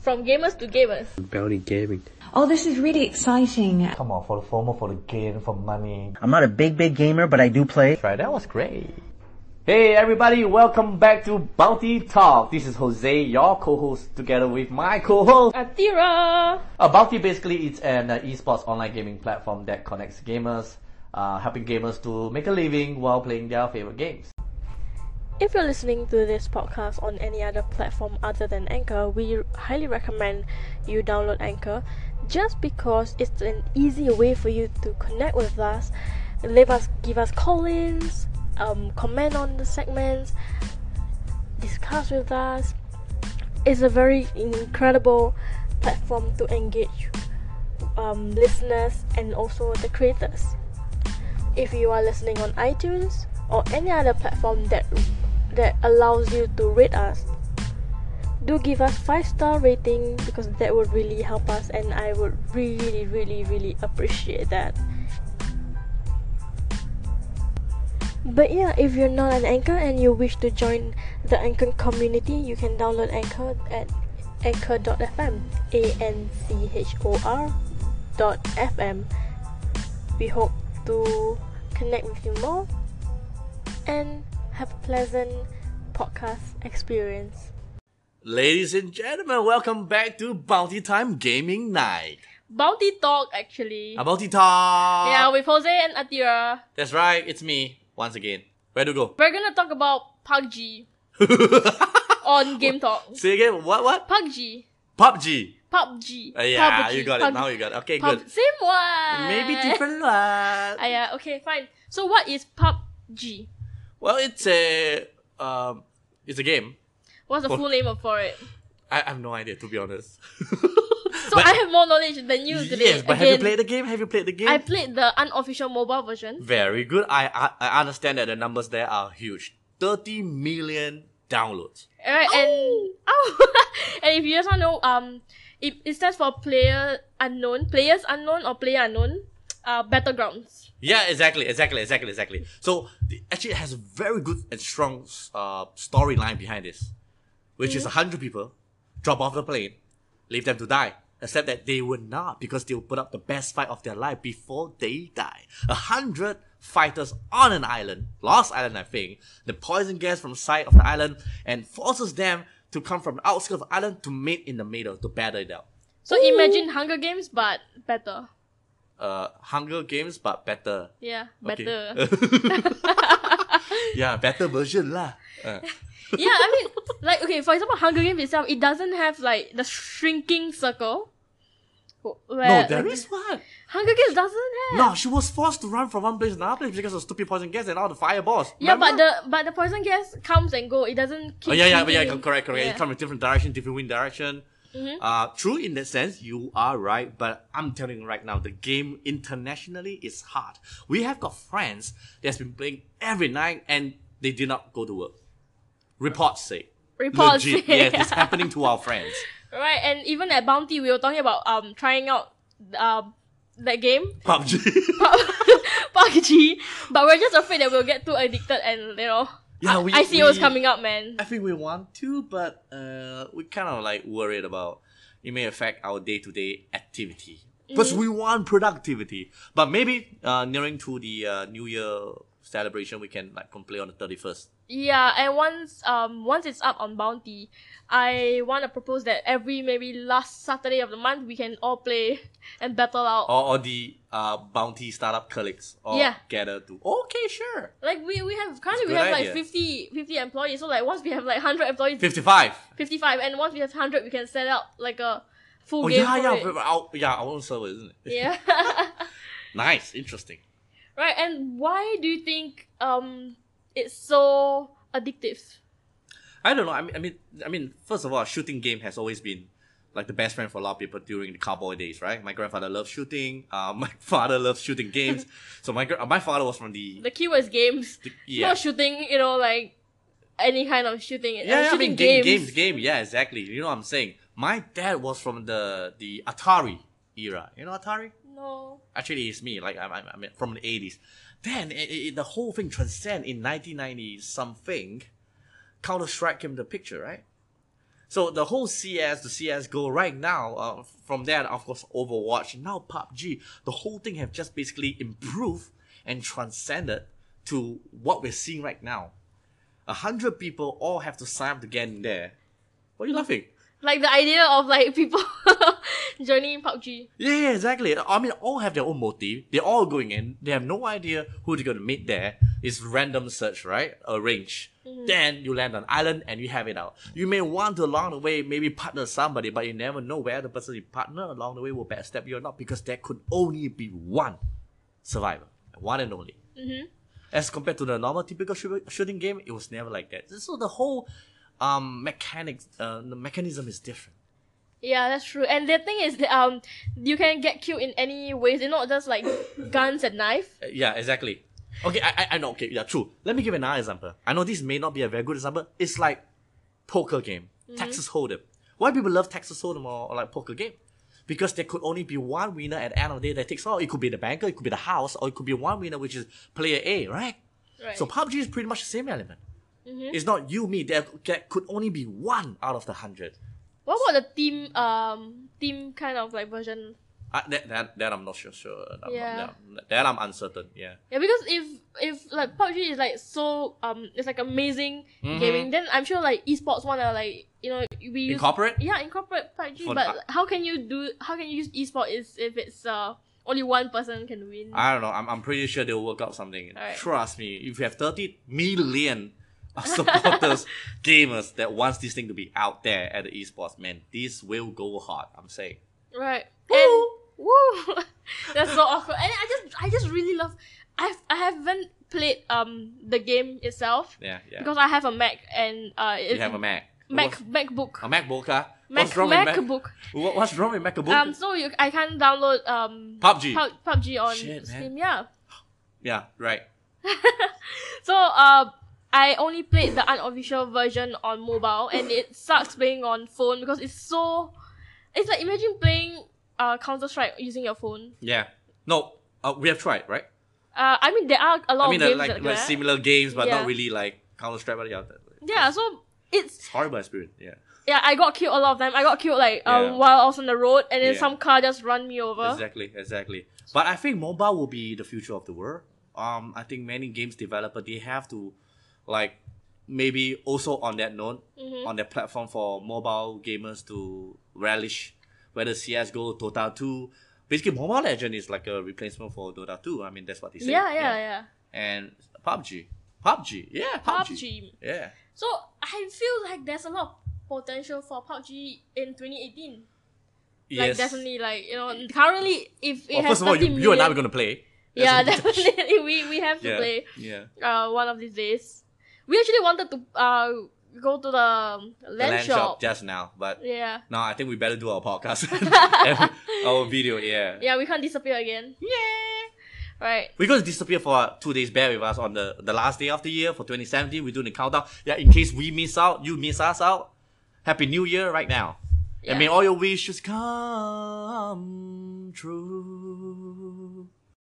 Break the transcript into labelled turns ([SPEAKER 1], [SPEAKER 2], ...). [SPEAKER 1] From gamers to gamers.
[SPEAKER 2] Bounty Gaming.
[SPEAKER 3] Oh, this is really exciting.
[SPEAKER 4] Come on, for the FOMO, for the gain, for money.
[SPEAKER 5] I'm not a big, big gamer, but I do play.
[SPEAKER 4] Right, that was great. Hey everybody, welcome back to Bounty Talk. This is Jose, your co-host, together with my co-host.
[SPEAKER 1] Atira!
[SPEAKER 4] Uh, Bounty basically is an uh, esports online gaming platform that connects gamers, uh, helping gamers to make a living while playing their favorite games.
[SPEAKER 1] If you're listening to this podcast on any other platform other than Anchor, we highly recommend you download Anchor just because it's an easy way for you to connect with us, leave us give us call-ins, um, comment on the segments, discuss with us. It's a very incredible platform to engage um, listeners and also the creators. If you are listening on iTunes or any other platform that that allows you to rate us, do give us five star rating because that would really help us, and I would really, really, really appreciate that. But yeah, if you're not an anchor and you wish to join the anchor community, you can download anchor at anchor.fm. A N C H O R dot FM. We hope to connect with you more and have a pleasant podcast experience.
[SPEAKER 4] Ladies and gentlemen, welcome back to Bounty Time Gaming Night.
[SPEAKER 1] Bounty Talk actually.
[SPEAKER 4] A Bounty Talk!
[SPEAKER 1] yeah, with Jose and Atira.
[SPEAKER 4] That's right, it's me, once again. Where to go?
[SPEAKER 1] We're gonna talk about PUBG on Game Talk.
[SPEAKER 4] Say again, what, what?
[SPEAKER 1] PUBG.
[SPEAKER 4] PUBG!
[SPEAKER 1] PUBG.
[SPEAKER 4] Uh, yeah,
[SPEAKER 1] PUBG,
[SPEAKER 4] you got
[SPEAKER 1] PUBG,
[SPEAKER 4] it, now you got it. Okay,
[SPEAKER 1] PUBG.
[SPEAKER 4] good.
[SPEAKER 1] Same one.
[SPEAKER 4] Maybe different one.
[SPEAKER 1] Ah, yeah, okay, fine. So what is PUBG?
[SPEAKER 4] Well, it's a um, it's a game.
[SPEAKER 1] What's the
[SPEAKER 4] Well-
[SPEAKER 1] full name of for it?
[SPEAKER 4] I, I have no idea to be honest.
[SPEAKER 1] So I have more knowledge than you today.
[SPEAKER 4] yes, but have
[SPEAKER 1] Again,
[SPEAKER 4] you played the game? Have you played the game?
[SPEAKER 1] I played the unofficial mobile version.
[SPEAKER 4] Very good. I, I I understand that the numbers there are huge. Thirty million downloads.
[SPEAKER 1] Alright, and oh, and if you just want to know, um, it, it stands for player unknown, players unknown or player unknown, uh, battlegrounds.
[SPEAKER 4] Yeah, exactly, exactly, exactly, exactly. So the, actually, it has a very good and strong uh, storyline behind this, which is a hundred people drop off the plane, leave them to die. Except that they will not, because they will put up the best fight of their life before they die. A hundred fighters on an island, Lost Island, I think. The poison gas from side of the island and forces them to come from the outskirts of the island to meet in the middle to battle it out.
[SPEAKER 1] So imagine Hunger Games but better.
[SPEAKER 4] Uh, Hunger Games, but better.
[SPEAKER 1] Yeah,
[SPEAKER 4] Okay.
[SPEAKER 1] better.
[SPEAKER 4] yeah, better version lah. Uh,
[SPEAKER 1] yeah, I mean, like okay, for example, Hunger Games itself, it doesn't have like the shrinking circle. wh- Where,
[SPEAKER 4] no, there
[SPEAKER 1] like,
[SPEAKER 4] is one.
[SPEAKER 1] Hunger Games doesn't have.
[SPEAKER 4] No, she was forced to run from one place to another place because of stupid poison gas and all the fireballs.
[SPEAKER 1] Yeah,
[SPEAKER 4] Remember?
[SPEAKER 1] but the but the poison gas comes and go. It doesn't keep.
[SPEAKER 4] Oh, yeah, yeah, but yeah,
[SPEAKER 1] leaving.
[SPEAKER 4] correct, correct.
[SPEAKER 1] Yeah. Mm-hmm.
[SPEAKER 4] It comes in different direction, different wind direction. Uh, true in that sense, you are right, but I'm telling you right now, the game internationally is hard. We have got friends that's been playing every night and they did not go to work. Reports say.
[SPEAKER 1] Reports
[SPEAKER 4] Legit,
[SPEAKER 1] say.
[SPEAKER 4] yes, it's happening to our friends.
[SPEAKER 1] Right, and even at Bounty, we were talking about um trying out um that game
[SPEAKER 4] PUBG.
[SPEAKER 1] PUBG, but we're just afraid that we'll get too addicted and you know.
[SPEAKER 4] yeah, we,
[SPEAKER 1] ICO's
[SPEAKER 4] we-
[SPEAKER 1] coming up, man.
[SPEAKER 4] I think we want to, but uh, we kind of like worried about it may affect our day to day activity.
[SPEAKER 1] Mm.
[SPEAKER 4] Because we want productivity, but maybe uh, nearing to the uh, New Year celebration, we can like complete on the thirty first.
[SPEAKER 1] Yeah, and once um once it's up on Bounty, I want to propose that every maybe last Saturday of the month we can all play and battle out.
[SPEAKER 4] Or, or the uh, bounty startup colleagues all
[SPEAKER 1] Yeah.
[SPEAKER 4] gather to. Okay, sure.
[SPEAKER 1] Like we we have currently we
[SPEAKER 4] It's a
[SPEAKER 1] have
[SPEAKER 4] good
[SPEAKER 1] like
[SPEAKER 4] idea.
[SPEAKER 1] 50, 50 employees. So like once we have like hundred employees,
[SPEAKER 4] Fifty five.
[SPEAKER 1] 55 and once we have 100 we can set out like a full
[SPEAKER 4] Oh
[SPEAKER 1] game
[SPEAKER 4] yeah,
[SPEAKER 1] for
[SPEAKER 4] yeah,
[SPEAKER 1] it.
[SPEAKER 4] we- our, yeah, our own server, isn't it?
[SPEAKER 1] yeah
[SPEAKER 4] Nice, interesting.
[SPEAKER 1] right and why do you think um it's so addictive
[SPEAKER 4] I don't know. I mean, I mean, I mean. First of all, shooting game has always been like the best friend for a lot of people during the cowboy days, right? My grandfather loved shooting. Uh, my father loved shooting games. so my gra- uh, my father was from the,
[SPEAKER 1] the keyword is games
[SPEAKER 4] the-
[SPEAKER 1] yeah.
[SPEAKER 4] yeah.
[SPEAKER 1] not shooting you know like any kind of shooting uh,
[SPEAKER 4] yeah, yeah, I
[SPEAKER 1] shooting
[SPEAKER 4] mean, game,
[SPEAKER 1] games
[SPEAKER 4] games, game. Yeah, exactly. You know what I'm saying? My dad was from the the Atari era. You know Atari?
[SPEAKER 1] no
[SPEAKER 4] Actually, it's me. Like I'm, I'm, I'm from the 80s. Then it, it, the whole thing transcend in 1990 something. Counter Strike came to the picture, right? So the whole CS, the CS go right now, uh, from that, of course, Overwatch, now PUBG, the whole thing have just basically improved and transcended to what we're seeing right now. A hundred people all have to sign up to get in there. What are you laughing?
[SPEAKER 1] Like the idea of like people joining PUBG.
[SPEAKER 4] Yeah, yeah, exactly. I mean, all have their own motive. They're all going in. They have no idea who they're going to meet there. It's random search, right? Arrange. Then you land on island and you have it out. You may want to along the way maybe partner somebody, but you never know where the person you partner along the way will backstab you or not because there could only be one survivor, one and only. Mm-hmm. As compared to the normal typical shoo- shooting game, it was never like that. So the whole um mechanics, uh, the mechanism is different.
[SPEAKER 1] Yeah, that's true. And the thing is that um, you can get killed in any ways. It's not just like guns and knife.
[SPEAKER 4] Uh, Yeah, exactly. Okay, I, I, I know. Okay, yeah, true. Let me give another example. I know this may not be a very good example. It's like poker game,
[SPEAKER 1] Mm-hmm.
[SPEAKER 4] Texas Hold'em. Why people love Texas Hold'em or, or like poker game? Because there could only be one winner at the end of the day that takes all. It could be the banker, it could be the house, or it could be one winner which is player A, right?
[SPEAKER 1] Right. Mm-hmm.
[SPEAKER 4] So PUBG is pretty much the same element. It's not you, me. There, there could only be one out of the hundred.
[SPEAKER 1] what about the team um team kind of like version?
[SPEAKER 4] I, that, that, that I'm not sure. sure. That, I'm-
[SPEAKER 1] Yeah.
[SPEAKER 4] that, that I'm uncertain. Yeah.
[SPEAKER 1] Yeah, because if if like PUBG is like so um it's like amazing
[SPEAKER 4] Mm-hmm.
[SPEAKER 1] gaming, then I'm sure like esports wanna like you know we use
[SPEAKER 4] Incorporate?
[SPEAKER 1] yeah incorporate PUBG,
[SPEAKER 4] For the-
[SPEAKER 1] but like, how can you do how can you use esport is if it's uh only one person can win?
[SPEAKER 4] I don't know. I'm, I'm pretty sure they'll work out something.
[SPEAKER 1] Alright.
[SPEAKER 4] Trust me. If you have 30 million of supporters, gamers that wants this thing to be out there at the esports, man, this will go hard. I'm saying.
[SPEAKER 1] Right. And woo, that's so awkward. And I just, I just really love. I, I haven't played um the game itself
[SPEAKER 4] Yeah, yeah.
[SPEAKER 1] because I have a Mac and uh it,
[SPEAKER 4] you have a Mac.
[SPEAKER 1] Mac
[SPEAKER 4] What's-
[SPEAKER 1] MacBook.
[SPEAKER 4] a MacBook, huh?
[SPEAKER 1] Mac,
[SPEAKER 4] what's wrong with Mac-
[SPEAKER 1] MacBook.
[SPEAKER 4] What, what's wrong with MacBook?
[SPEAKER 1] Um, so you, I can download um
[SPEAKER 4] PUBG.
[SPEAKER 1] Pub- PUBG on
[SPEAKER 4] Shit, man.
[SPEAKER 1] Steam. Yeah.
[SPEAKER 4] yeah, right.
[SPEAKER 1] So uh, I only played the unofficial version on mobile, and it sucks playing on phone because it's so. It's like imagine playing uh Counter Strike using your phone.
[SPEAKER 4] Yeah. No, uh, we have tried, right?
[SPEAKER 1] Uh, I mean there are a lot
[SPEAKER 4] I mean,
[SPEAKER 1] of
[SPEAKER 4] uh,
[SPEAKER 1] games
[SPEAKER 4] like,
[SPEAKER 1] that
[SPEAKER 4] like
[SPEAKER 1] that.
[SPEAKER 4] similar games, but
[SPEAKER 1] Yeah.
[SPEAKER 4] not really like Counter Strike. But yeah, that-
[SPEAKER 1] Yeah, so it's
[SPEAKER 4] horrible experience. Yeah,
[SPEAKER 1] yeah. I got killed a lot of time. I got killed like um,
[SPEAKER 4] Yeah.
[SPEAKER 1] while I was on the road, and then
[SPEAKER 4] Yeah.
[SPEAKER 1] some car just run me over.
[SPEAKER 4] exactly, exactly. But I think mobile will be the future of the world. Um, I think many games developer they have to, like, maybe also on that note,
[SPEAKER 1] Mm-hmm.
[SPEAKER 4] on their platform for mobile gamers to relish, whether CS:GO, Dota 2. Basically, Mobile Legend is like a replacement for Dota 2. I mean, that's what they say.
[SPEAKER 1] Yeah, yeah, yeah.
[SPEAKER 4] And PUBG, PUBG, yeah, PUBG,
[SPEAKER 1] PUBG.
[SPEAKER 4] yeah.
[SPEAKER 1] So I feel like there's a lot of potential for PUBG in 2018. Like
[SPEAKER 4] yes.
[SPEAKER 1] definitely, like you know, currently if it
[SPEAKER 4] Well,
[SPEAKER 1] has
[SPEAKER 4] first of all,
[SPEAKER 1] 30
[SPEAKER 4] you, you and I
[SPEAKER 1] million-
[SPEAKER 4] are gonna play. That's
[SPEAKER 1] yeah,
[SPEAKER 4] a-
[SPEAKER 1] definitely we we have to
[SPEAKER 4] yeah,
[SPEAKER 1] play
[SPEAKER 4] yeah.
[SPEAKER 1] uh one of these days. We actually wanted to uh go to the um, land,
[SPEAKER 4] The land
[SPEAKER 1] shop.
[SPEAKER 4] shop just now, but
[SPEAKER 1] Yeah,
[SPEAKER 4] No, I think we better do our podcast. And our video, yeah.
[SPEAKER 1] yeah, we can't disappear again. Yeah, right.
[SPEAKER 4] We're going to disappear for uh, two days. Bear with us on the, the last day of the year for 2017. We're doing the countdown. Yeah, in case we miss out, you miss us out. Happy New Year right now. And may
[SPEAKER 1] Yeah.
[SPEAKER 4] all your wishes come true.